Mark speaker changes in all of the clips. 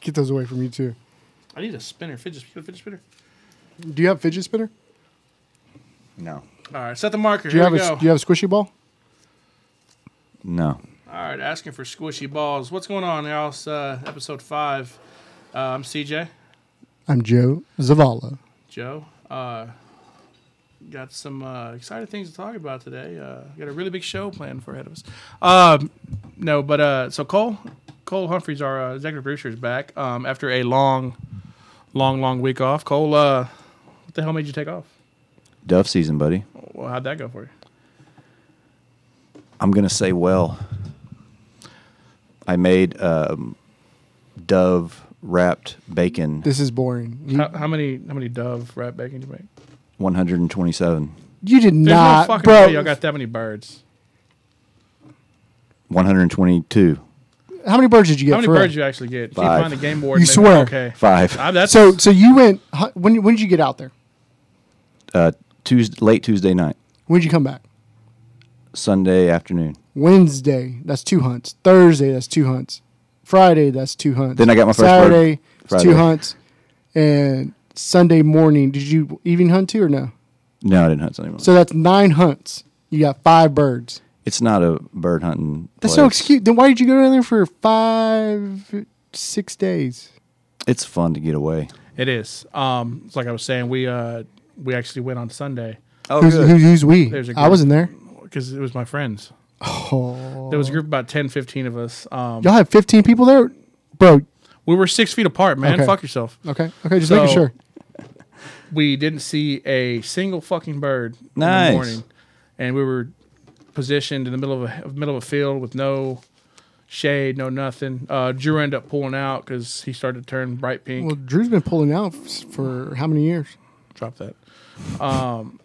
Speaker 1: get those away from you too.
Speaker 2: I need a spinner. Fidget, you got a fidget spinner.
Speaker 1: Do you have fidget spinner?
Speaker 3: No.
Speaker 2: All right, set the marker.
Speaker 1: Do you
Speaker 2: Here
Speaker 1: have
Speaker 2: we
Speaker 1: a
Speaker 2: go.
Speaker 1: do you have a squishy ball?
Speaker 3: No.
Speaker 2: All right, asking for squishy balls. What's going on, y'all? It's, uh, episode five. Uh, I'm CJ,
Speaker 1: I'm Joe Zavala.
Speaker 2: Joe. Uh, got some uh, exciting things to talk about today. Uh, got a really big show planned for ahead of us. Um, no, but uh, so Cole, Cole Humphreys, our uh, executive producer, is back um, after a long, long, long week off. Cole, uh, what the hell made you take off?
Speaker 3: Dove season, buddy.
Speaker 2: Well, how'd that go for you?
Speaker 3: I'm gonna say well. I made um, dove wrapped bacon,
Speaker 1: This is boring. You,
Speaker 2: How, how many how many Dove wrap bacon did you make?
Speaker 3: 127,
Speaker 1: you did
Speaker 2: There's
Speaker 1: not,
Speaker 2: no fucking
Speaker 1: bro.
Speaker 2: way y'all got that many birds.
Speaker 3: 122,
Speaker 1: How many birds did you get?
Speaker 2: How many
Speaker 1: for
Speaker 2: birds
Speaker 1: real?
Speaker 2: you actually get? Keep
Speaker 3: Five.
Speaker 2: on the game board.
Speaker 1: You
Speaker 2: maybe.
Speaker 1: swear.
Speaker 2: Okay.
Speaker 3: five.
Speaker 2: I, that's
Speaker 1: So so you went hu- when when did you get out there?
Speaker 3: Uh, Tuesday, late Tuesday night,
Speaker 1: When did you come back?
Speaker 3: Sunday afternoon.
Speaker 1: Wednesday, that's two hunts. Thursday, that's two hunts. Friday, that's two hunts.
Speaker 3: Then I got my first bird
Speaker 1: Saturday, it's two
Speaker 3: Friday.
Speaker 1: hunts, and Sunday morning. Did you evening hunt too or no?
Speaker 3: No, I didn't hunt Sunday morning.
Speaker 1: So that's nine hunts. You got five birds.
Speaker 3: it's not a bird hunting.
Speaker 1: That's
Speaker 3: place.
Speaker 1: no excuse. Then why did you go down there for five, six days?
Speaker 3: It's fun to get away.
Speaker 2: It is. Um, it's like I was saying, we uh, we actually went on Sunday
Speaker 3: Oh,
Speaker 1: who's, who, who's we?
Speaker 2: There's a
Speaker 1: I
Speaker 2: group.
Speaker 1: wasn't there.
Speaker 2: because it was my friends.
Speaker 1: Oh,
Speaker 2: There was a group of about 10, 15 of us. Um,
Speaker 1: y'all had fifteen people there, bro.
Speaker 2: we were six feet apart, man.
Speaker 1: Okay.
Speaker 2: Fuck yourself.
Speaker 1: Okay, okay, just
Speaker 2: So-
Speaker 1: making sure.
Speaker 2: We didn't see a single fucking bird in
Speaker 3: Nice.
Speaker 2: the morning, and we were positioned in the middle of a of- middle of a field with no shade, no nothing. Uh, Drew ended up pulling out because he started to turn bright pink.
Speaker 1: Well, Drew's been pulling out f- for how many years?
Speaker 2: drop that. Um,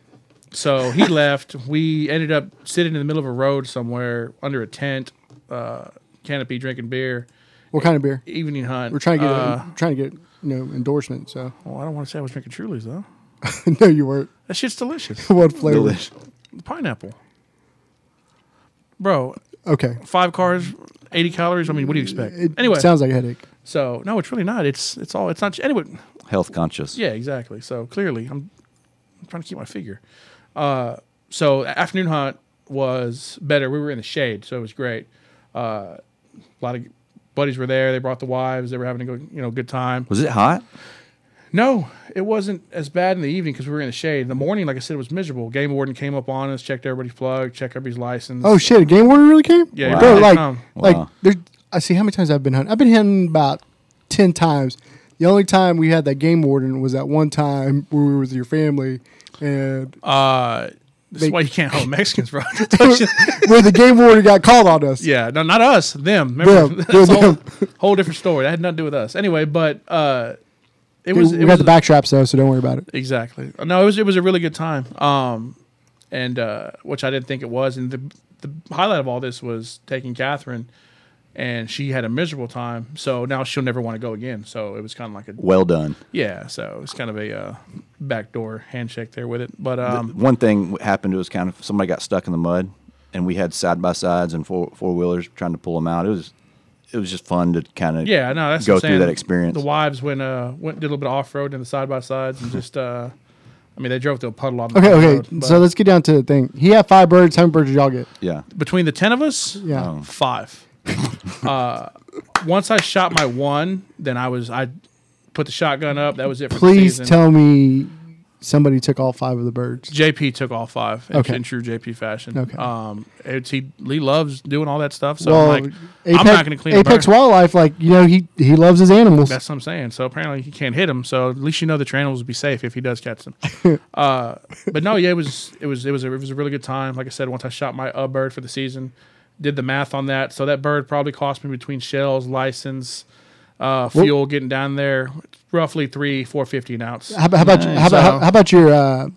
Speaker 2: so he left. We ended up sitting in the middle of a road somewhere under a tent, uh, canopy, drinking beer,
Speaker 1: What kind of beer?
Speaker 2: evening hunt.
Speaker 1: We're trying to get
Speaker 2: Uh,
Speaker 1: a, trying to get you know endorsement. So
Speaker 2: well, I don't want to say I was drinking Truly's though.
Speaker 1: no, you weren't.
Speaker 2: That shit's delicious.
Speaker 1: what flavor?
Speaker 3: Delish.
Speaker 2: Pineapple, bro.
Speaker 1: Okay.
Speaker 2: Five cars, eighty calories. I mean, what do you expect?
Speaker 1: It
Speaker 2: anyway,
Speaker 1: sounds like a headache.
Speaker 2: so no, it's really not. It's it's all. It's not. Anyway,
Speaker 3: Health conscious.
Speaker 2: Yeah, exactly. So clearly, I'm, I'm trying to keep my figure. Uh, so afternoon hunt was better. We were in the shade, so it was great. Uh, a lot of buddies were there. They brought the wives. They were having a good, you know good time.
Speaker 3: Was it hot?
Speaker 2: No, it wasn't as bad in the evening because we were in the shade. In the morning, like I said, it was miserable. Game warden came up on us, checked everybody's plug, checked everybody's license.
Speaker 1: Oh shit! A game warden really came.
Speaker 2: Yeah,
Speaker 3: Wow.
Speaker 1: bro.
Speaker 2: really
Speaker 1: Like,
Speaker 2: come.
Speaker 1: like
Speaker 3: Wow.
Speaker 1: there. I see how many times I've been hunting. I've been hunting about ten times. The only time we had that game warden was that one time where we were with your family, and
Speaker 2: Uh, this is
Speaker 1: They-
Speaker 2: why you can't hold Mexicans, bro.
Speaker 1: where the game warden got called on us.
Speaker 2: Yeah, no, not us. Them. Remember,
Speaker 1: Them.
Speaker 2: that's a whole,
Speaker 1: Them.
Speaker 2: whole different story. That had nothing to do with us. Anyway, but uh, it
Speaker 1: Dude,
Speaker 2: was.
Speaker 1: we
Speaker 2: It
Speaker 1: got
Speaker 2: was
Speaker 1: the back straps though, so don't worry about it.
Speaker 2: exactly. No, it was. It was a really good time. Um, and uh, which I didn't think it was. And the the highlight of all this was taking Catherine, and she had a miserable time. So now she'll never want to go again. So it was kind of like a
Speaker 3: Well done.
Speaker 2: yeah. So it's kind of a uh, backdoor handshake there with it. But um,
Speaker 3: One thing w- happened to us kind of somebody got stuck in the mud, and we had side by sides and four four wheelers trying to pull them out. It was it was just fun to kind of
Speaker 2: Yeah, no, that's
Speaker 3: go
Speaker 2: what I'm
Speaker 3: through that
Speaker 2: saying.
Speaker 3: experience.
Speaker 2: The wives went uh went did a little bit of off road in the side by sides and just uh, I mean they drove through a puddle on the
Speaker 1: Okay,
Speaker 2: off
Speaker 1: okay.
Speaker 2: road, but
Speaker 1: so let's get down to the thing. He had five birds. How many birds did y'all get?
Speaker 3: yeah,
Speaker 2: between the ten of us,
Speaker 1: Yeah.
Speaker 3: Oh.
Speaker 2: five. uh, once I shot my one, then I was I put the shotgun up. That was it. For
Speaker 1: Please
Speaker 2: the season.
Speaker 1: tell me somebody took all five of the birds.
Speaker 2: JP took all five in,
Speaker 1: Okay.
Speaker 2: in true JP fashion.
Speaker 1: Okay.
Speaker 2: Um, it's, he Lee loves doing all that stuff. So
Speaker 1: well,
Speaker 2: I'm like,
Speaker 1: Apex,
Speaker 2: I'm not going to clean up.
Speaker 1: Apex Wildlife. Like you know, he he loves his animals.
Speaker 2: That's what I'm saying. So apparently he can't hit him. So at least you know the animals will be safe if he does catch them. uh, but no, yeah, it was it was it was a, it was a really good time. Like I said, once I shot my uh, bird for the season, did the math on that. So that bird probably cost me between shells, license, uh, fuel, getting down there, roughly three four fifty an ounce.
Speaker 1: How, about- how about you, how, about how,
Speaker 2: So-
Speaker 1: how about your uh,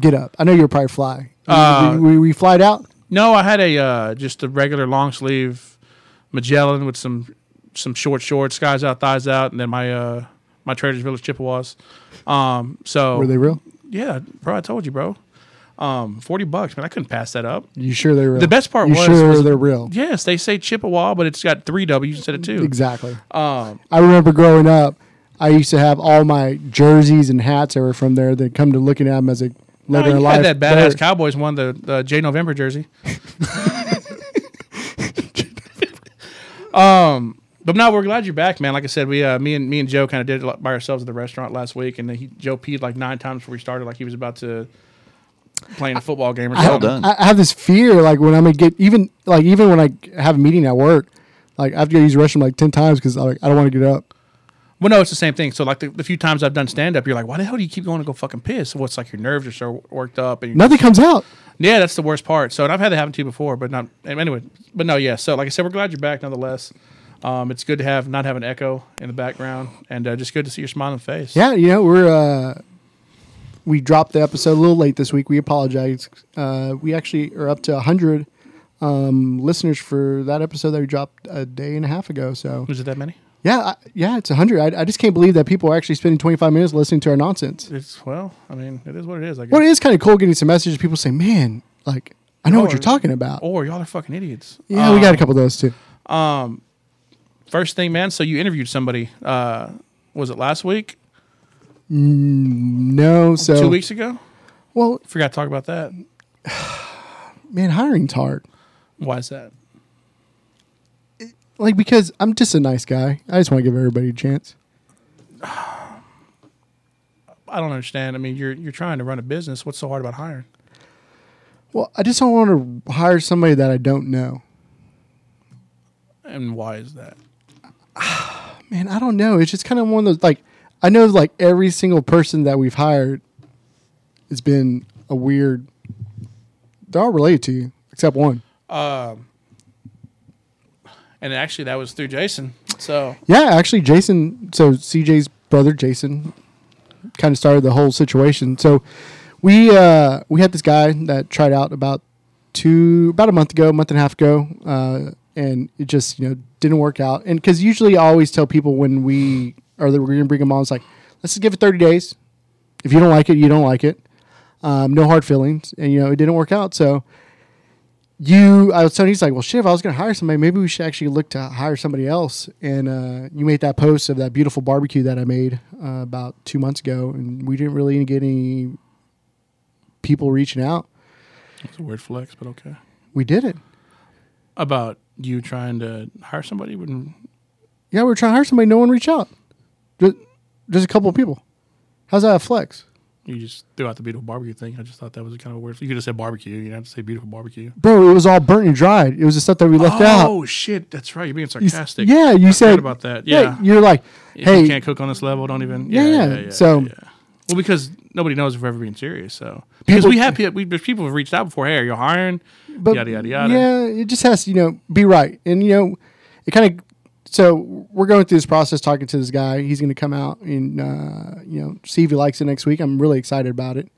Speaker 1: get up? I know you're probably fly. You-
Speaker 2: Uh,
Speaker 1: we, we, we flied out.
Speaker 2: No, I had a uh, just a regular long sleeve Magellan with some some short shorts, skies out, thighs out, and then my uh, my Trader's Village Chippewas. Um, so
Speaker 1: Were they real?
Speaker 2: Yeah, bro, I told you, bro. Um, forty bucks, man. I couldn't pass that up.
Speaker 1: You sure they're real?
Speaker 2: The best part
Speaker 1: you
Speaker 2: was-
Speaker 1: sure
Speaker 2: was-
Speaker 1: they're real.
Speaker 2: Yes, they say Chippewa, but it's got three W's instead of two.
Speaker 1: Exactly.
Speaker 2: Um,
Speaker 1: I remember growing up, I used to have all my jerseys and hats that were from there. That come to looking at them as a
Speaker 2: no,
Speaker 1: later in
Speaker 2: you
Speaker 1: life.
Speaker 2: had that badass
Speaker 1: they're-
Speaker 2: Cowboys won the, the J November jersey. um, but now we're glad you're back, man. Like I said, we uh, me and me and Joe kind of did it like by ourselves at the restaurant last week, and he, Joe peed like nine times before we started, like he was about to playing a football game or something.
Speaker 3: Well done.
Speaker 1: I I have this fear, like when I'm gonna get even, like even when I have a meeting at work, like I have to go use the restroom like ten times because like I don't want to get up.
Speaker 2: Well, no, it's the same thing. So, like the, the few times I've done stand up, you're like, why the hell do you keep going to go fucking piss? Well, it's like your nerves are so worked up. And
Speaker 1: Nothing comes out.
Speaker 2: yeah, that's the worst part. So, and I've had that happen to you before, but not anyway. But no, yeah. So, like I said, we're glad you're back nonetheless. Um, it's good to have not have an echo in the background, and uh, just good to see your smiling face.
Speaker 1: Yeah, you know we're uh, we dropped the episode a little late this week. We apologize. Uh, we actually are up to hundred um, listeners for that episode that we dropped a day and a half ago. So
Speaker 2: was it that many?
Speaker 1: yeah, I, yeah, it's hundred. I, I just can't believe that people are actually spending twenty five minutes listening to our nonsense.
Speaker 2: It's well, I mean, it is what it is. I guess.
Speaker 1: Well, it is kind of cool getting some messages. People say, "Man, like I know what you're talking about."
Speaker 2: Or y'all are fucking idiots. Um,
Speaker 1: Yeah, we got a couple of those too.
Speaker 2: First thing, man. So you interviewed somebody. Uh, was it last week?
Speaker 1: No, so
Speaker 2: Two weeks ago?
Speaker 1: Well,
Speaker 2: Forgot to talk about that.
Speaker 1: man, hiring's hard.
Speaker 2: Why is that?
Speaker 1: Like because I'm just a nice guy. I just want to give everybody a chance.
Speaker 2: I don't understand. I mean, you're you're trying to run a business. What's so hard about hiring?
Speaker 1: Well, I just don't want to hire somebody that I don't know.
Speaker 2: And why is that?
Speaker 1: Man, I don't know. It's just kind of one of those like I know like every single person that we've hired has been a weird. They're all related to you except one.
Speaker 2: And actually, that was through Jason. So
Speaker 1: Yeah, actually, Jason. So CJ's brother, Jason, kind of started the whole situation. So we uh, we had this guy that tried out about two about a month ago, month and a half ago, uh, and it just you know didn't work out. And because usually I always tell people when we are that we're gonna bring them on, it's like let's just give it thirty days. If you don't like it, you don't like it. Um, no hard feelings, and you know it didn't work out. So you I was telling you, he's like, well, shit, if I was going to hire somebody, maybe we should actually look to hire somebody else. And uh, you made that post of that beautiful barbecue that I made uh, about two months ago, and we didn't really get any people reaching out.
Speaker 2: it's a weird flex, but okay.
Speaker 1: We did it.
Speaker 2: About you trying to hire somebody when
Speaker 1: Yeah, we were trying to hire somebody. No one reached out. Just, just a couple of people. How's that a flex?
Speaker 2: you just threw out the beautiful barbecue thing. I just thought that was kind of a weird. You could have said barbecue. You didn't have to say beautiful barbecue.
Speaker 1: Bro, it was all burnt and dried. It was the stuff that we left out.
Speaker 2: Oh shit, that's right. You're being
Speaker 1: You s-
Speaker 2: sarcastic.
Speaker 1: yeah, you
Speaker 2: I
Speaker 1: said
Speaker 2: forgot about that. yeah.
Speaker 1: you're like,
Speaker 2: If
Speaker 1: hey,
Speaker 2: you can't cook on this level. Don't even.
Speaker 1: Yeah, yeah. So-
Speaker 2: well, because nobody knows if we're ever being serious. So because we have pe- we, people have reached out before. Hey, are you hiring? yada yada yada.
Speaker 1: Yeah, it just has to, you know, be right. And you know, it kind of so we're going through this process talking to this guy. He's going to come out and uh, you know, see if he likes it next week. I'm really excited about it.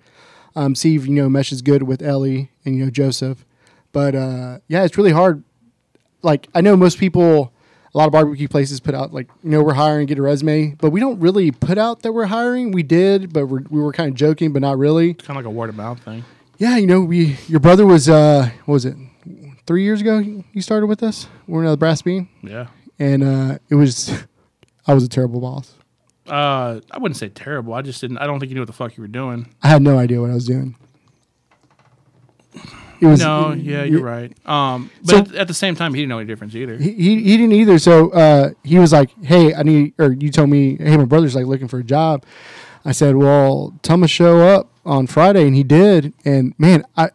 Speaker 1: Um, see if you know meshes good with Ellie and you know Joseph. But uh, yeah, it's really hard. Like I know most people a lot of barbecue places put out like you know we're hiring get a resume but we don't really put out that we're hiring we did but we're, we were kind of joking but not really
Speaker 2: Kind of like a word of mouth thing.
Speaker 1: yeah, you know, we your brother was uh what was it? Three years ago you started with us? We We're another brass bean.
Speaker 2: Yeah.
Speaker 1: And uh it was I was a terrible boss.
Speaker 2: Uh, I wouldn't say terrible. I just didn't. I don't think you knew what the fuck you were doing.
Speaker 1: I had no idea what I was doing. It was
Speaker 2: No, yeah, you're right. Um, but
Speaker 1: So-
Speaker 2: at, at the same time, he didn't know any difference either.
Speaker 1: he, he he didn't either. So uh, he was like, "Hey, I need," or you told me, "Hey, my brother's like looking for a job." I said, "Well, tell him to show up on Friday," and he did. And man, I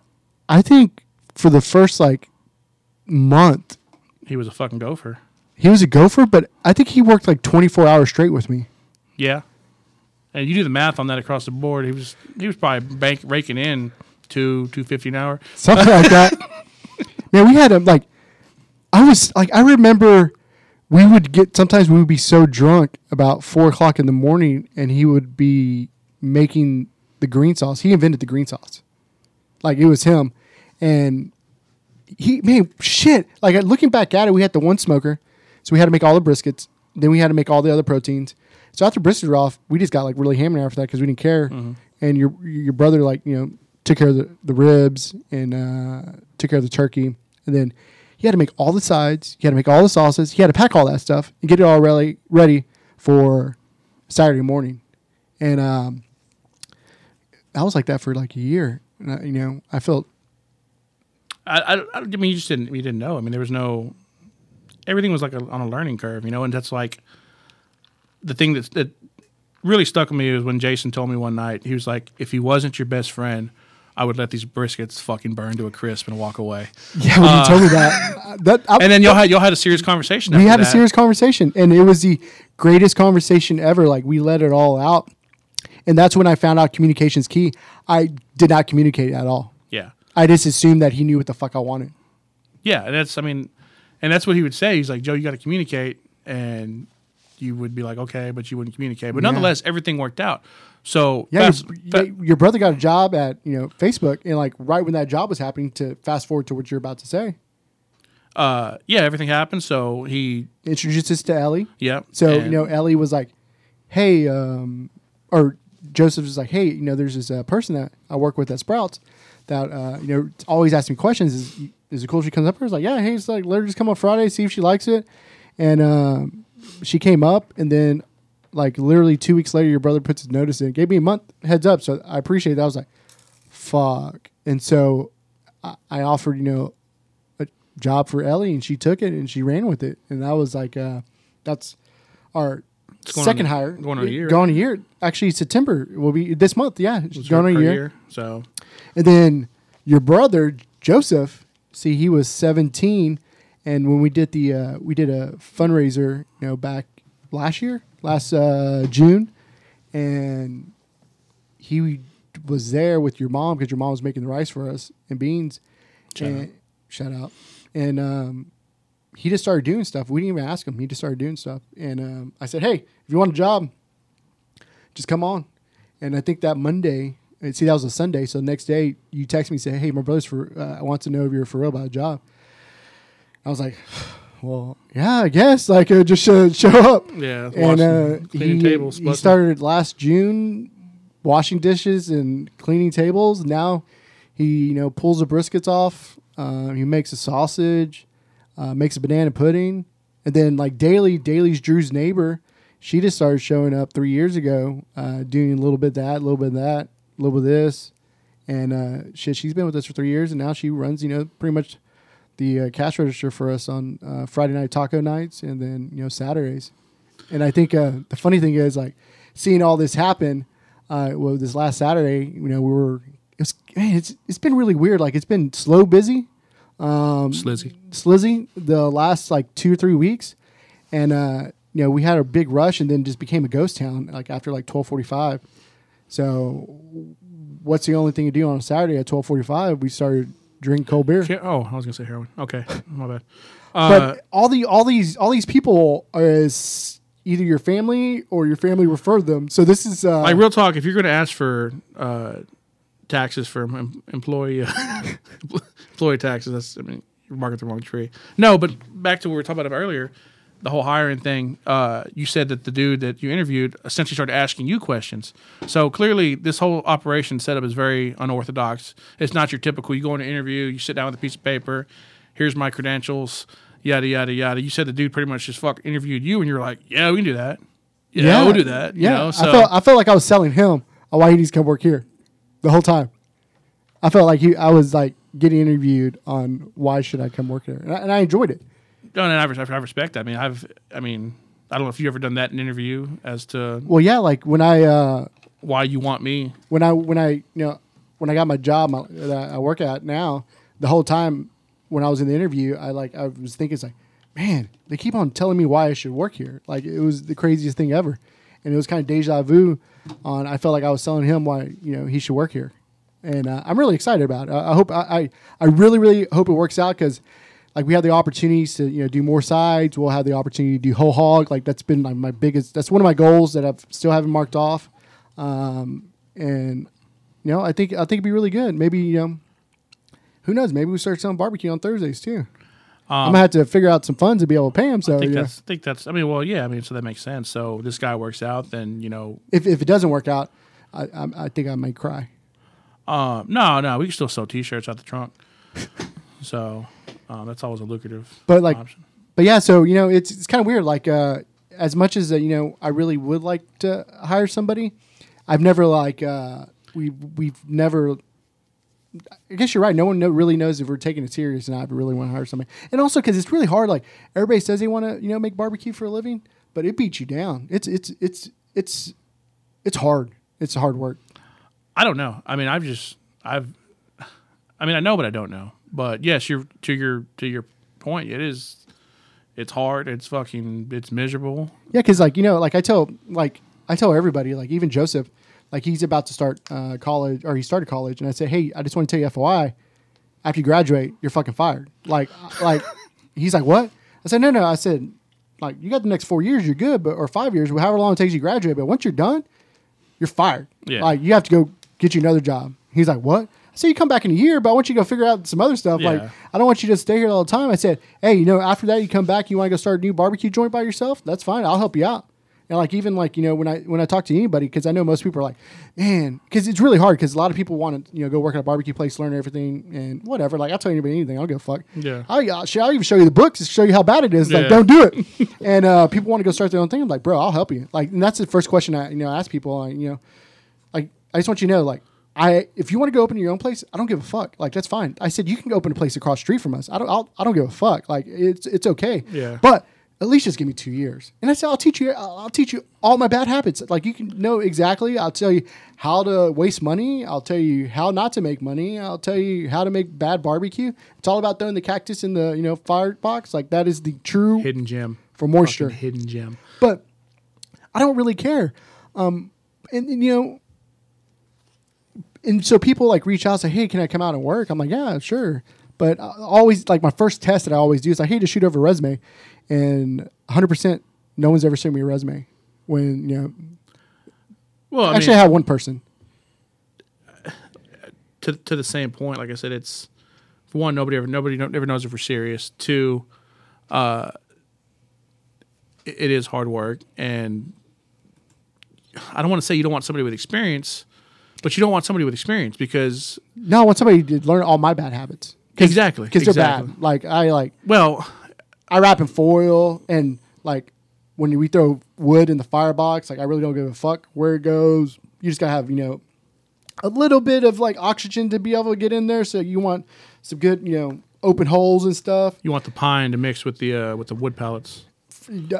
Speaker 1: I think for the first like month,
Speaker 2: He was a fucking gopher.
Speaker 1: He was a gopher, but I think he worked like 24 hours straight with me.
Speaker 2: Yeah, and you do the math on that across the board. He was he was probably bank raking in two two fifty an hour.
Speaker 1: Something like that. Man, we had him like, I was like, I remember we would get, sometimes we would be so drunk about four o'clock in the morning and he would be making the green sauce. He invented the green sauce. Like it was him. And he, man, shit. Like uh, looking back at it, we had the one smoker. So we had to make all the briskets. Then we had to make all the other proteins. So after briskets were off, we just got like really hammered after that because we didn't care. And your your brother like you know took care of the, the ribs and uh, took care of the turkey. And then he had to make all the sides, he had to make all the sauces, he had to pack all that stuff and get it all ready, ready for Saturday morning. And um, I was like that for like a year. And I, you know, I felt
Speaker 2: I, I, I mean, you just didn't you didn't know. I mean, there was no everything was like a, on a learning curve, you know. And that's like the thing that's, that really stuck with me was when Jason told me one night he was like, "If he wasn't your best friend, I would let these briskets fucking burn to a crisp and walk away."
Speaker 1: yeah. When you told me that, that I,
Speaker 2: Uh, And then y'all had y'all had a serious conversation.
Speaker 1: we
Speaker 2: after
Speaker 1: had a
Speaker 2: that.
Speaker 1: serious conversation and it was the greatest conversation ever like we let it all out and that's when i found out communication's key i did not communicate at all
Speaker 2: Yeah,
Speaker 1: i just assumed that he knew what the fuck i wanted
Speaker 2: yeah. And that's I mean, and that's what he would say. He's like, "Joe, you got to communicate," and you would be like, "Okay," but you wouldn't communicate. But
Speaker 1: Yeah.
Speaker 2: nonetheless, everything worked out. So
Speaker 1: yeah
Speaker 2: fast-
Speaker 1: your,
Speaker 2: fa-
Speaker 1: yeah, your brother got a job at you know facebook and like right when that job was happening to fast forward to what you're about to say
Speaker 2: uh, yeah, everything happened. So he,
Speaker 1: introduced us to ellie
Speaker 2: yeah.
Speaker 1: so you
Speaker 2: and-
Speaker 1: know ellie was like hey um or joseph was like hey you know there's this uh, person that i work with at sprouts that uh you know always asks me questions is is it cool if she comes up here it's like yeah hey it's like let her just come on friday see if she likes it and um she came up and then like literally two weeks later your brother puts his notice in gave me a month heads up so i appreciate that i was like fuck and so i, I offered you know a job for ellie and she took it and she ran with it and that was like uh that's our
Speaker 2: going
Speaker 1: second
Speaker 2: on-
Speaker 1: hire
Speaker 2: going on a year.
Speaker 1: going a year actually september will be this month yeah
Speaker 2: was
Speaker 1: going on
Speaker 2: her
Speaker 1: a year.
Speaker 2: So
Speaker 1: and then your brother joseph see he was 17 and when we did the uh, we did a fundraiser you know back last year last uh, june and he was there with your mom because your mom was making the rice for us and beans
Speaker 2: Shout
Speaker 1: and shout out and um, he just started doing stuff we didn't even ask him he just started doing stuff and um, i said hey if you want a job just come on and i think that monday and see that was a sunday so the next day you text me and say hey my brother's for uh, i want to know if you're for real about a job i was like well yeah i guess like uh, just uh, show up
Speaker 2: yeah,
Speaker 1: and uh,
Speaker 2: washing,
Speaker 1: he,
Speaker 2: cleaning tables.
Speaker 1: he
Speaker 2: busting.
Speaker 1: started last June washing dishes and cleaning tables. Now he you know pulls the briskets off. Uh, he makes a sausage, uh, makes a banana pudding, and then like daily, Daly's Drew's neighbor. She just started showing up three years ago, uh, doing a little bit of that, a little bit of that, a little bit of this, and uh, shit. She's been with us for three years, and now she runs you know pretty much the uh, cash register for us on uh, Friday night taco nights, and then you know Saturdays. And I think uh, the funny thing is, like, seeing all this happen, uh, well, this last Saturday, you know, we were, it was, man, it's, it's been really weird. Like, it's been slow, busy,
Speaker 2: Slizzy.
Speaker 1: slizzy the last like two or three weeks, and uh, you know, we had a big rush, and then just became a ghost town. Like after like twelve forty five, so what's the only thing to do on a Saturday at twelve forty five? We started drinking cold beer.
Speaker 2: Yeah, Oh, I was gonna say heroin. Okay, my bad.
Speaker 1: but
Speaker 2: Uh,
Speaker 1: all the all these all these people is either your family or your family referred them. So this is uh,
Speaker 2: like real talk, if you're gonna ask for uh, taxes for em- employee uh, employee taxes, that's I mean you're barking at the wrong tree. No, but back to what we were talking about earlier, the whole hiring thing. Uh, you said that the dude that you interviewed essentially started asking you questions. So clearly, this whole operation setup is very unorthodox. It's not your typical. You go in an interview, you sit down with a piece of paper. Here's my credentials. Yada yada yada. You said the dude pretty much just fuck interviewed you, and you're like, yeah, we can do that. Yeah, we'll do that.
Speaker 1: Yeah,
Speaker 2: you know? so
Speaker 1: I felt I felt like I was selling him on why he needs to come work here the whole time. I felt like he I was like getting interviewed on why should I come work here, and I, and I enjoyed it.
Speaker 2: No, and I, res- I respect that. I mean, I've, I mean, I don't know if you ever done that in an interview as to
Speaker 1: Well, yeah, like when I uh,
Speaker 2: why you want me.
Speaker 1: when I when I you know when I got my job my, that I work at now, the whole time when I was in the interview, I like I was thinking it's like, man, they keep on telling me why I should work here. Like it was the craziest thing ever, and it was kind of deja vu. On I felt like I was telling him why you know he should work here, and uh, I'm really excited about it. I, I hope I, I I really really hope it works out because. Like we have the opportunities to you know do more sides. We'll have the opportunity to do whole hog. Like that's been like my biggest. That's one of my goals that I've still haven't marked off and you know, I think I think it'd be really good. Maybe you know, who knows? Maybe we start selling barbecue on Thursdays too. I'm gonna have to figure out some funds to be able to pay him. So
Speaker 2: Um, I think
Speaker 1: yeah,
Speaker 2: that's, I think that's, I mean, well, yeah, I mean, so that makes sense. So this guy works out, then you know,
Speaker 1: if if it doesn't work out, I I, I think I might cry.
Speaker 2: Um, no, no, we can still sell T-shirts out the trunk. so um, that's always a lucrative.
Speaker 1: But, like,
Speaker 2: option.
Speaker 1: but yeah, so you know, it's it's kind of weird. Like, uh, as much as uh, you know, I really would like to hire somebody. I've never like uh, we we've never. I guess you're right. No one know, really knows if we're taking it serious, and I really want to hire somebody. And also because it's really hard. Like everybody says they want to, you know, make barbecue for a living, but it beats you down. It's it's it's it's it's hard. It's hard work.
Speaker 2: I don't know. I mean, I've just I've I mean, I know but I don't know. But yes, you're to your to your point, it is it's hard, it's fucking it's miserable.
Speaker 1: Yeah, because like you know, like I tell like I tell everybody, like even Joseph, like he's about to start uh, college or he started college, and I say, hey, I just want to tell you, FYI, after you graduate, you're fucking fired. Like, I- like he's like, what? I said, no, no. I said, like you got the next four years, you're good, but or five years, however long it takes you to graduate, but once you're done, you're fired.
Speaker 2: Yeah.
Speaker 1: Like you have to go get you another job. He's like, what? I said, you come back in a year, but I want you to go figure out some other stuff.
Speaker 2: Yeah.
Speaker 1: Like, I don't want you to stay here all the time. I said, hey, you know, after that, you come back, you want to go start a new barbecue joint by yourself? That's fine. I'll help you out. And like even like you know when I when I talk to anybody because I know most people are like man because it's really hard because a lot of people want to you know go work at a barbecue place learn everything and whatever like I'll tell anybody anything I'll give a fuck
Speaker 2: Yeah.
Speaker 1: I'll, I'll, show- I'll even show you the books to show you how bad it is
Speaker 2: Yeah.
Speaker 1: like don't do it and uh, people want to go start their own thing I'm like bro I'll help you like and that's the first question I you know ask people like, you know like I just want you to know, like I if you want to go open your own place, I don't give a fuck. Like that's fine. I said you can go open a place across the street from us. I don't I'll, I don't give a fuck. Like it's it's okay.
Speaker 2: Yeah.
Speaker 1: But at least just give me two years. And I said I'll teach you I'll, I'll teach you all my bad habits. Like you can know exactly. I'll tell you how to waste money. I'll tell you how not to make money. I'll tell you how to make bad barbecue. It's all about throwing the cactus in the you know firebox. Like that is the true
Speaker 2: Hidden gem.
Speaker 1: for moisture
Speaker 2: Fucking Hidden gem.
Speaker 1: but I don't really care. Um, and, and, you know, and so people like reach out say, "Hey, can I come out and work?" I'm like, "Yeah, sure." But I always like my first test that I always do is I hate to shoot over a resume, and 100 percent no one's ever sent me a resume. When you know,
Speaker 2: Well, I
Speaker 1: actually,
Speaker 2: mean,
Speaker 1: I had one person.
Speaker 2: to to the same point, like I said, it's for one, nobody ever nobody no- ever knows if we're serious. Two, uh, it- it is hard work, and I don't want to say you don't want somebody with experience, but you don't want somebody with experience because
Speaker 1: No, I want somebody to learn all my bad habits
Speaker 2: exactly
Speaker 1: because
Speaker 2: exactly.
Speaker 1: they're bad. Like I like
Speaker 2: Well,
Speaker 1: I wrap in foil and like when we throw wood in the firebox, like I really don't give a fuck where it goes. You just gotta have, you know, a little bit of like oxygen to be able to get in there. So you want some good, you know, open holes and stuff.
Speaker 2: you want the pine to mix with the uh, with the wood pellets.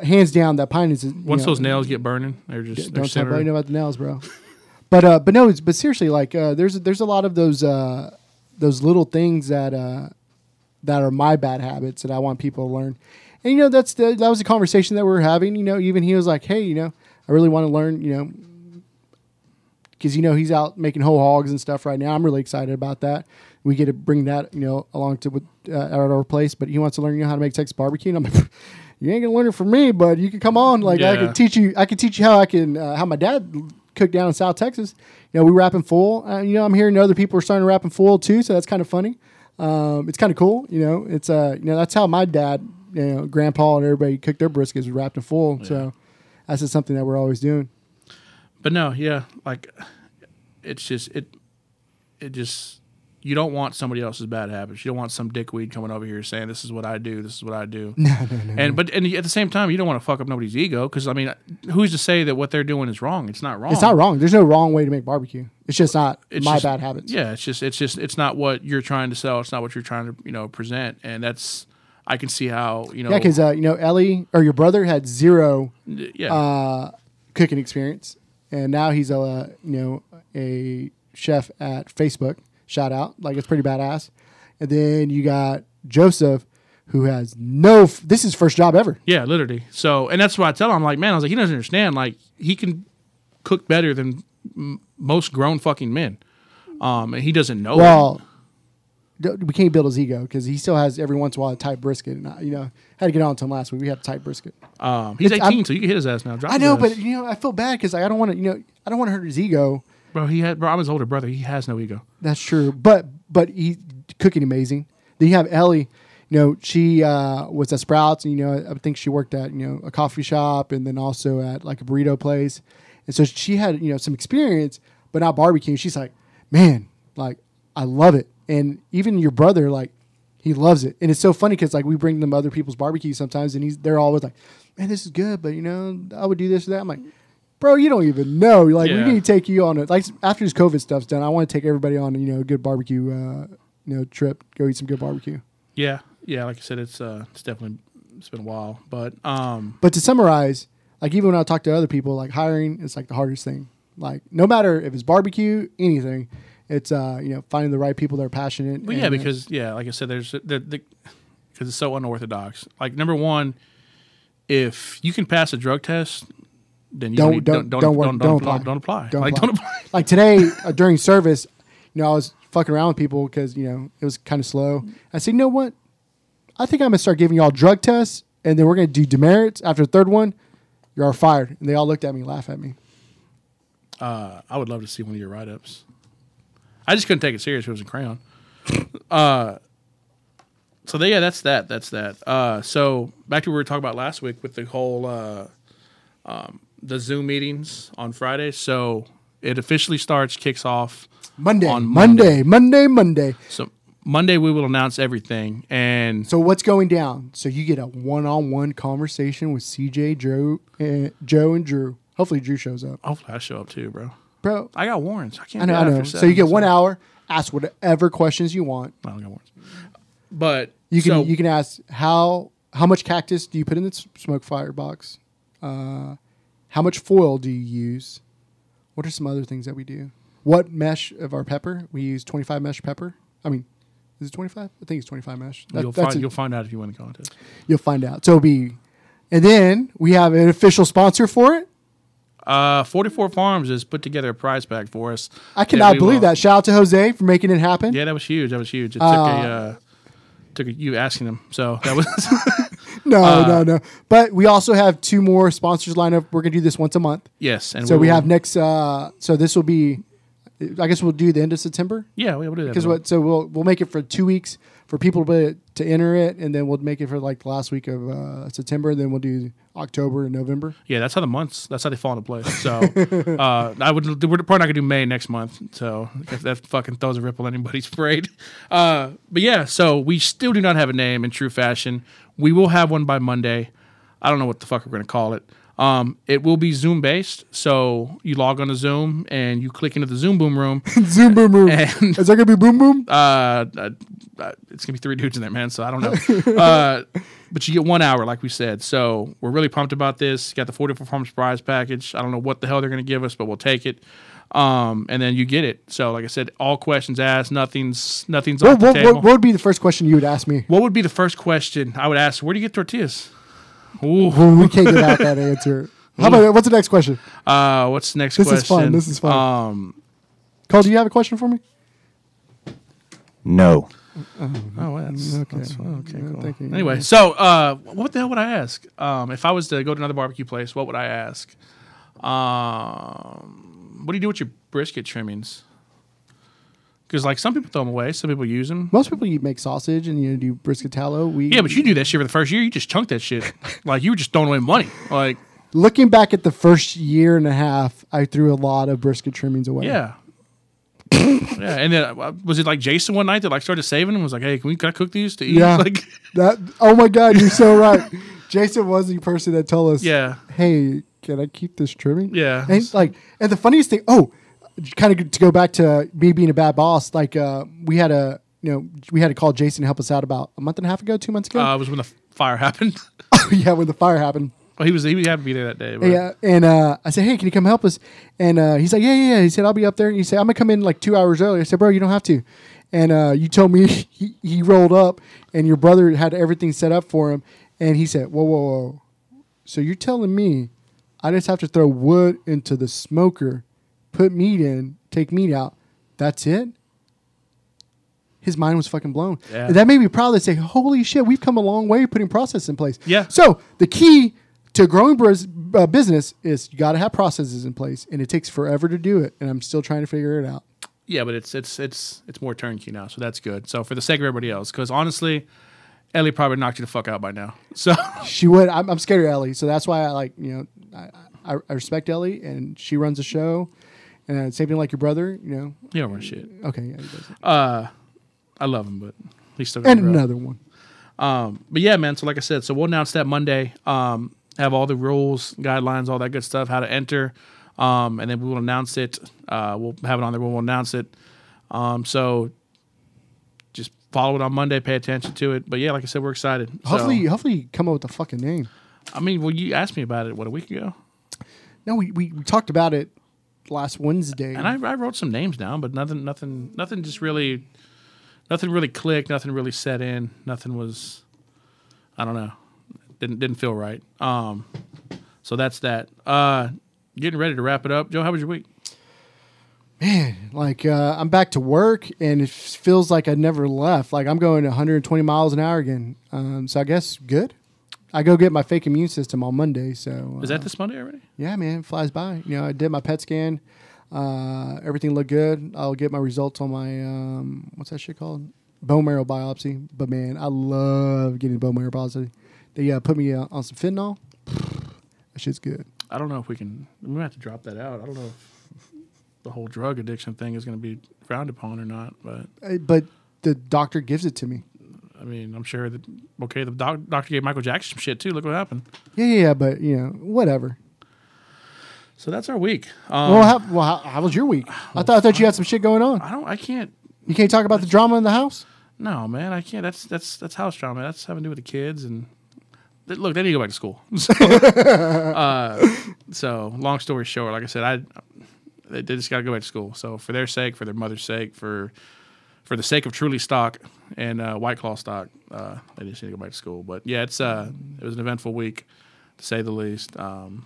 Speaker 1: Hands down, that pine is you
Speaker 2: Once
Speaker 1: know,
Speaker 2: those nails get burning, they're just they're
Speaker 1: don't tell
Speaker 2: center.
Speaker 1: everybody about the nails, bro. but uh, but no, it's, but seriously, like uh, there's there's a lot of those uh, those little things that uh, that are my bad habits that I want people to learn. And you know that's the, that was a conversation that we were having. You know, even he was like, hey, you know, I really want to learn. You know, because you know he's out making whole hogs and stuff right now. I'm really excited about that. We get to bring that you know along to with, uh, at our place, but he wants to learn you know how to make Texas barbecue, and I'm like, you ain't gonna learn it from me, but you can come on. Like I
Speaker 2: Yeah.
Speaker 1: can teach you, I can teach you how I can uh, how my dad cooked down in South Texas. You know we wrapping full. Uh, you know I'm hearing other people are starting to wrapping full too, so that's kind of funny. Um, it's kind of cool. You know it's uh you know that's how my dad, you know grandpa and everybody cooked their briskets was wrapped in full. So that's just something that we're always doing.
Speaker 2: But no, yeah, like it's just it it just you don't want somebody else's bad habits. You don't want some dickweed coming over here saying this is what I do, this is what I do. No, no, no. And but and at the same time, you don't want to fuck up nobody's ego because I mean, who's to say that what they're doing is wrong? It's not wrong.
Speaker 1: It's not wrong. There's no wrong way to make barbecue. Oh. It's just not
Speaker 2: It's
Speaker 1: my
Speaker 2: just-
Speaker 1: bad habits.
Speaker 2: Yeah, it's just it's just it's not what you're trying to sell. It's not what you're trying to you know present. And that's I can see how you know.
Speaker 1: Yeah, because uh, you know Ellie or your brother had zero
Speaker 2: yeah.
Speaker 1: uh, cooking experience, and now he's a uh, you know a chef at Facebook. Shout out, like it's pretty badass. And then you got Joseph, who has no. F- this is his first job ever.
Speaker 2: Yeah, literally. So, and that's why I tell him, like, man, I was like, he doesn't understand. Like, he can cook better than m- most grown fucking men. Um, and he doesn't know. it.
Speaker 1: Well, d- we can't build his ego because he still has every once in a while a tight brisket. And I, you know, had to get on to him last week. We had a tight brisket.
Speaker 2: um, he's 18,
Speaker 1: I'm-
Speaker 2: so you can hit his ass now. Drop
Speaker 1: I
Speaker 2: his
Speaker 1: know,
Speaker 2: ass.
Speaker 1: but you know, I feel bad because I don't want to. You know, I don't want to hurt his ego.
Speaker 2: bro, he had, bro, I'm his older brother. He has no ego.
Speaker 1: That's true. But but he cooking amazing. Then you have Ellie. You know, she uh, was at Sprouts, and you know, I think she worked at you know a coffee shop, and then also at like a burrito place. And so she had you know some experience, but not barbecue. She's like, man, Like I love it, and even your brother like he loves it, and it's so funny because like we bring them other people's barbecues sometimes, and he's they're always like, man, this is good, but you know I would do this or that. I'm like. Bro, you don't even know. Like,
Speaker 2: Yeah.
Speaker 1: we need to take you on a like after this COVID stuff's done. I want to take everybody on, you know, a good barbecue, uh, you know, trip. Go eat some good barbecue.
Speaker 2: Yeah, yeah. Like I said, it's uh, it's definitely it's been a while, but um,
Speaker 1: But to summarize, like even when I talk to other people, like hiring is like the hardest thing. Like no matter if it's barbecue, anything, it's uh you know finding the right people that are passionate.
Speaker 2: well,
Speaker 1: and,
Speaker 2: yeah,
Speaker 1: uh,
Speaker 2: because yeah, like I said, there's the because it's so unorthodox. Like number one, if you can pass a drug test, then you
Speaker 1: Don't-
Speaker 2: need-
Speaker 1: don't- don't work- don't apply.
Speaker 2: don't apply.
Speaker 1: Don't
Speaker 2: like
Speaker 1: apply.
Speaker 2: don't apply.
Speaker 1: like today uh, during service, you know I was fucking around with people because you know it was kind of slow. I said, you know what? I think I'm gonna start giving y'all drug tests, and then we're gonna do demerits after the third one. You're all fired, and they all looked at me, laugh at me.
Speaker 2: Uh, I would love to see one of your write ups. I just couldn't take it serious. It was in crayon. Uh, so they, yeah, that's that. That's that. Uh, so back to what we were talking about last week with the whole uh, um, the Zoom meetings on Friday. So it officially starts, kicks off
Speaker 1: Monday,
Speaker 2: On
Speaker 1: Monday, Monday, Monday.
Speaker 2: So Monday we will announce everything, and
Speaker 1: So what's going down? So you get a one-on-one conversation with CJ, Joe, and Joe and Drew. Hopefully, Drew shows up,
Speaker 2: hopefully I show up too, bro.
Speaker 1: bro.
Speaker 2: I got warrants. I can't.
Speaker 1: I know,
Speaker 2: be
Speaker 1: I
Speaker 2: out
Speaker 1: know.
Speaker 2: after
Speaker 1: So
Speaker 2: seven,
Speaker 1: you get one hour. Ask whatever questions you want.
Speaker 2: I don't got warrants, but
Speaker 1: You can
Speaker 2: so-
Speaker 1: you can ask how how much cactus do you put in the s- smoke fire box? Uh, how much foil do you use? What are some other things that we do? What mesh of our pepper? We use twenty-five mesh pepper. I mean, is it twenty-five? I think it's twenty-five mesh. That-
Speaker 2: you'll
Speaker 1: that's
Speaker 2: find
Speaker 1: it.
Speaker 2: you'll find out if you win the contest.
Speaker 1: You'll find out. So it'll be, and then we have an official sponsor for it.
Speaker 2: Uh, 44 Farms has put together a prize pack for us.
Speaker 1: I cannot
Speaker 2: we
Speaker 1: believe
Speaker 2: will-
Speaker 1: that. Shout out to Jose for making it happen.
Speaker 2: Yeah, that was huge. That was huge. It took a uh, took a, you asking them. So that was
Speaker 1: No, no,
Speaker 2: Uh,
Speaker 1: no. But we also have two more sponsors lined up. We're gonna do this once a month.
Speaker 2: yes. And
Speaker 1: So we
Speaker 2: will-
Speaker 1: have next. Uh, so this will be, I guess we'll do the end of September.
Speaker 2: yeah we'll do that
Speaker 1: Because what? So we'll we'll make it for two weeks for people to to enter it, and then we'll make it for like the last week of uh, September, and then we'll do October and November.
Speaker 2: yeah that's how the months that's how they fall into place. So uh, I would we're probably not gonna do May next month. So if that fucking throws a ripple in anybody's parade. Uh, but yeah, so we still do not have a name in true fashion. We will have one by Monday. I don't know what the fuck we're gonna call it. Um, it will be Zoom based. So you log on to Zoom and you click into the Zoom Boom Room.
Speaker 1: Zoom boom boom.
Speaker 2: And-
Speaker 1: Is that gonna be boom boom?
Speaker 2: uh, uh, uh, it's gonna be three dudes in there, man. So I don't know. uh, but you get one hour, like we said. So we're really pumped about this. Got the 44 Farms prize package. I don't know what the hell they're gonna give us, but we'll take it. Um, and then you get it. So like I said, all questions asked. Nothing's nothing's
Speaker 1: What,
Speaker 2: off the
Speaker 1: what,
Speaker 2: table.
Speaker 1: what, what would be the first question you would ask me?
Speaker 2: What would be the first question I would ask? Where do you get tortillas? Ooh.
Speaker 1: Well, we can't get out that answer. How about what's the next question?
Speaker 2: Uh, what's the next
Speaker 1: This
Speaker 2: question?
Speaker 1: is fun. This is fun.
Speaker 2: Um,
Speaker 1: Cole, do you have a question for me?
Speaker 3: No.
Speaker 2: oh, well, that's
Speaker 1: Mm, Okay.
Speaker 2: that's- okay,
Speaker 1: Yeah,
Speaker 2: cool.
Speaker 1: thank you.
Speaker 2: Anyway, so uh, what the hell would I ask? Um, if I was to go to another barbecue place, what would I ask? Um, what do you do with your brisket trimmings? Because like some people throw them away, some people use them.
Speaker 1: Most people you make sausage and you do brisket tallow. We
Speaker 2: Yeah, but you do that shit for the first year, you just chunk that shit. like you were just throwing away money. Like
Speaker 1: looking back at the first year and a half, I threw a lot of brisket trimmings away.
Speaker 2: yeah. yeah, and then uh, was it like Jason one night that like started saving them? Was like, hey, can we can I cook these to eat?
Speaker 1: Yeah.
Speaker 2: Like,
Speaker 1: That oh my god, you're so right. Jason was the person that told us,
Speaker 2: yeah,
Speaker 1: hey, can I keep this trimming?
Speaker 2: Yeah.
Speaker 1: And like and the funniest thing, oh, kind of to go back to me being a bad boss, like uh we had a you know, we had to call Jason to help us out about a month and a half ago, two months ago.
Speaker 2: uh, was when the fire happened.
Speaker 1: yeah, when the fire happened.
Speaker 2: well, he was he had to be there that day. But
Speaker 1: Yeah, and uh, I said, "Hey, can you come help us?" And uh, he's like, "Yeah, yeah, yeah." He said, "I'll be up there." And he said, "I'm gonna come in like two hours early." I said, "Bro, you don't have to." And uh, you told me he, he rolled up, and your brother had everything set up for him, and he said, "Whoa, whoa, whoa!" So you're telling me, I just have to throw wood into the smoker, put meat in, take meat out. That's it. His mind was fucking blown.
Speaker 2: Yeah.
Speaker 1: And that made me proud to say, "Holy shit, we've come a long way putting process in place."
Speaker 2: Yeah.
Speaker 1: So the key to growing bris- uh, business is you got to have processes in place, and it takes forever to do it. And I'm still trying to figure it out.
Speaker 2: Yeah, but it's it's it's it's more turnkey now, so that's good. So for the sake of everybody else, because honestly, Ellie probably knocked you the fuck out by now. So
Speaker 1: She would. I'm, I'm scared of Ellie, so that's why I like you know I, I, I respect Ellie, and she runs the show, And uh, same thing like your brother, you know.
Speaker 2: You don't run shit.
Speaker 1: Okay, yeah, he does.
Speaker 2: Uh, I love him, but he's still got
Speaker 1: And uh,
Speaker 2: to grow.
Speaker 1: another one.
Speaker 2: Um, but yeah, man. So like I said, so we'll announce that Monday. Um, have all the rules, guidelines, all that good stuff, how to enter, um, and then we will announce it. Uh, we'll have it on there. We'll announce it. Um, so just follow it on Monday. Pay attention to it. But yeah, like I said, we're excited. So-
Speaker 1: Hopefully, hopefully you come up with a fucking name.
Speaker 2: I mean, well, you asked me about it what a week ago,
Speaker 1: No, we, we, we talked about it last Wednesday.
Speaker 2: and I, I wrote some names down, but nothing, nothing, nothing just really, nothing really clicked. Nothing really set in. Nothing was, I don't know, didn't didn't feel right. Um, so that's that. Uh, getting ready to wrap it up. Joe, how was your week?
Speaker 1: like uh, I'm back to work, and it feels like I never left. Like I'm going 120 miles an hour again. Um, so I guess good. I go get my fake immune system on Monday. So
Speaker 2: Is
Speaker 1: uh,
Speaker 2: that this Monday already?
Speaker 1: Yeah, man, it flies by. You know, I did my PET scan. Uh, everything looked good. I'll get my results on my um, what's that shit called? Bone marrow biopsy. But man, I love getting bone marrow biopsy. They uh, put me uh, on some fentanyl. That shit's good.
Speaker 2: I don't know if we can. We might have to drop that out. I don't know if the whole drug addiction thing is going to be frowned upon or not. But
Speaker 1: Uh, But the doctor gives it to me.
Speaker 2: I mean, I'm sure that okay. The doc, doctor gave Michael Jackson some shit too. Look what happened.
Speaker 1: Yeah, yeah, yeah. But you know, whatever.
Speaker 2: So that's our week. Um,
Speaker 1: well, how, well, how, how was your week? I thought I thought you had some shit going on.
Speaker 2: I don't. I can't.
Speaker 1: You can't talk about the drama in the house.
Speaker 2: No, man. I can't. That's that's that's house drama. That's having to do with the kids and th- look. They need to go back to school. So, uh, so long story short, like I said, I they they just got to go back to school. So for their sake, for their mother's sake, for for the sake of Truly stock and uh, White Claw stock, uh, they just need to go back to school. But yeah, it's uh, it was an eventful week, to say the least. Um,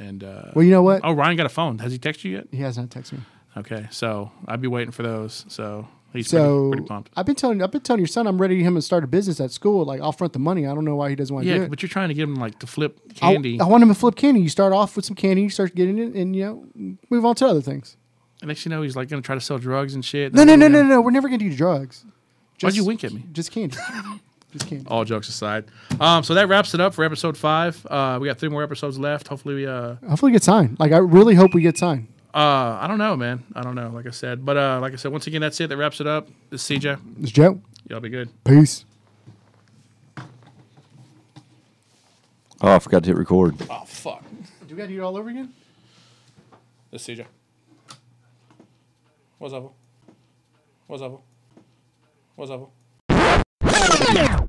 Speaker 2: and uh,
Speaker 1: Well, you know what?
Speaker 2: oh, Ryan got a phone. Has he texted you yet?
Speaker 1: He has not texted me.
Speaker 2: Okay, so I'd be waiting for those. So he's
Speaker 1: So
Speaker 2: pretty, pretty pumped.
Speaker 1: I've been telling I've been telling your son I'm ready him to start a business at school. Like I'll front the money. I don't know why he doesn't want to
Speaker 2: Yeah,
Speaker 1: do it.
Speaker 2: but you're trying to get him like to flip
Speaker 1: I-
Speaker 2: candy.
Speaker 1: I, want him to flip candy. You start off with some candy, you start getting it, and you know move on to other things.
Speaker 2: And next you know, he's like going to try to sell drugs and shit.
Speaker 1: No, no, no, no, no. We're never gonna do drugs.
Speaker 2: Why'd you wink at me?
Speaker 1: Just candy. just candy.
Speaker 2: All jokes aside, um, so that wraps it up for episode five. Uh, we got three more episodes left. Hopefully, we, uh,
Speaker 1: Hopefully we get signed. Like I really hope we get signed.
Speaker 2: uh, I don't know, man. I don't know. Like I said, but uh, like I said, once again, that's it. That wraps it up. This is CJ.
Speaker 1: It's Joe.
Speaker 2: Y'all be good.
Speaker 1: Peace.
Speaker 3: Oh, I forgot to hit record.
Speaker 2: Oh fuck.
Speaker 1: Do we gotta do it all over again?
Speaker 2: This is CJ. What's up? What's up? What's up?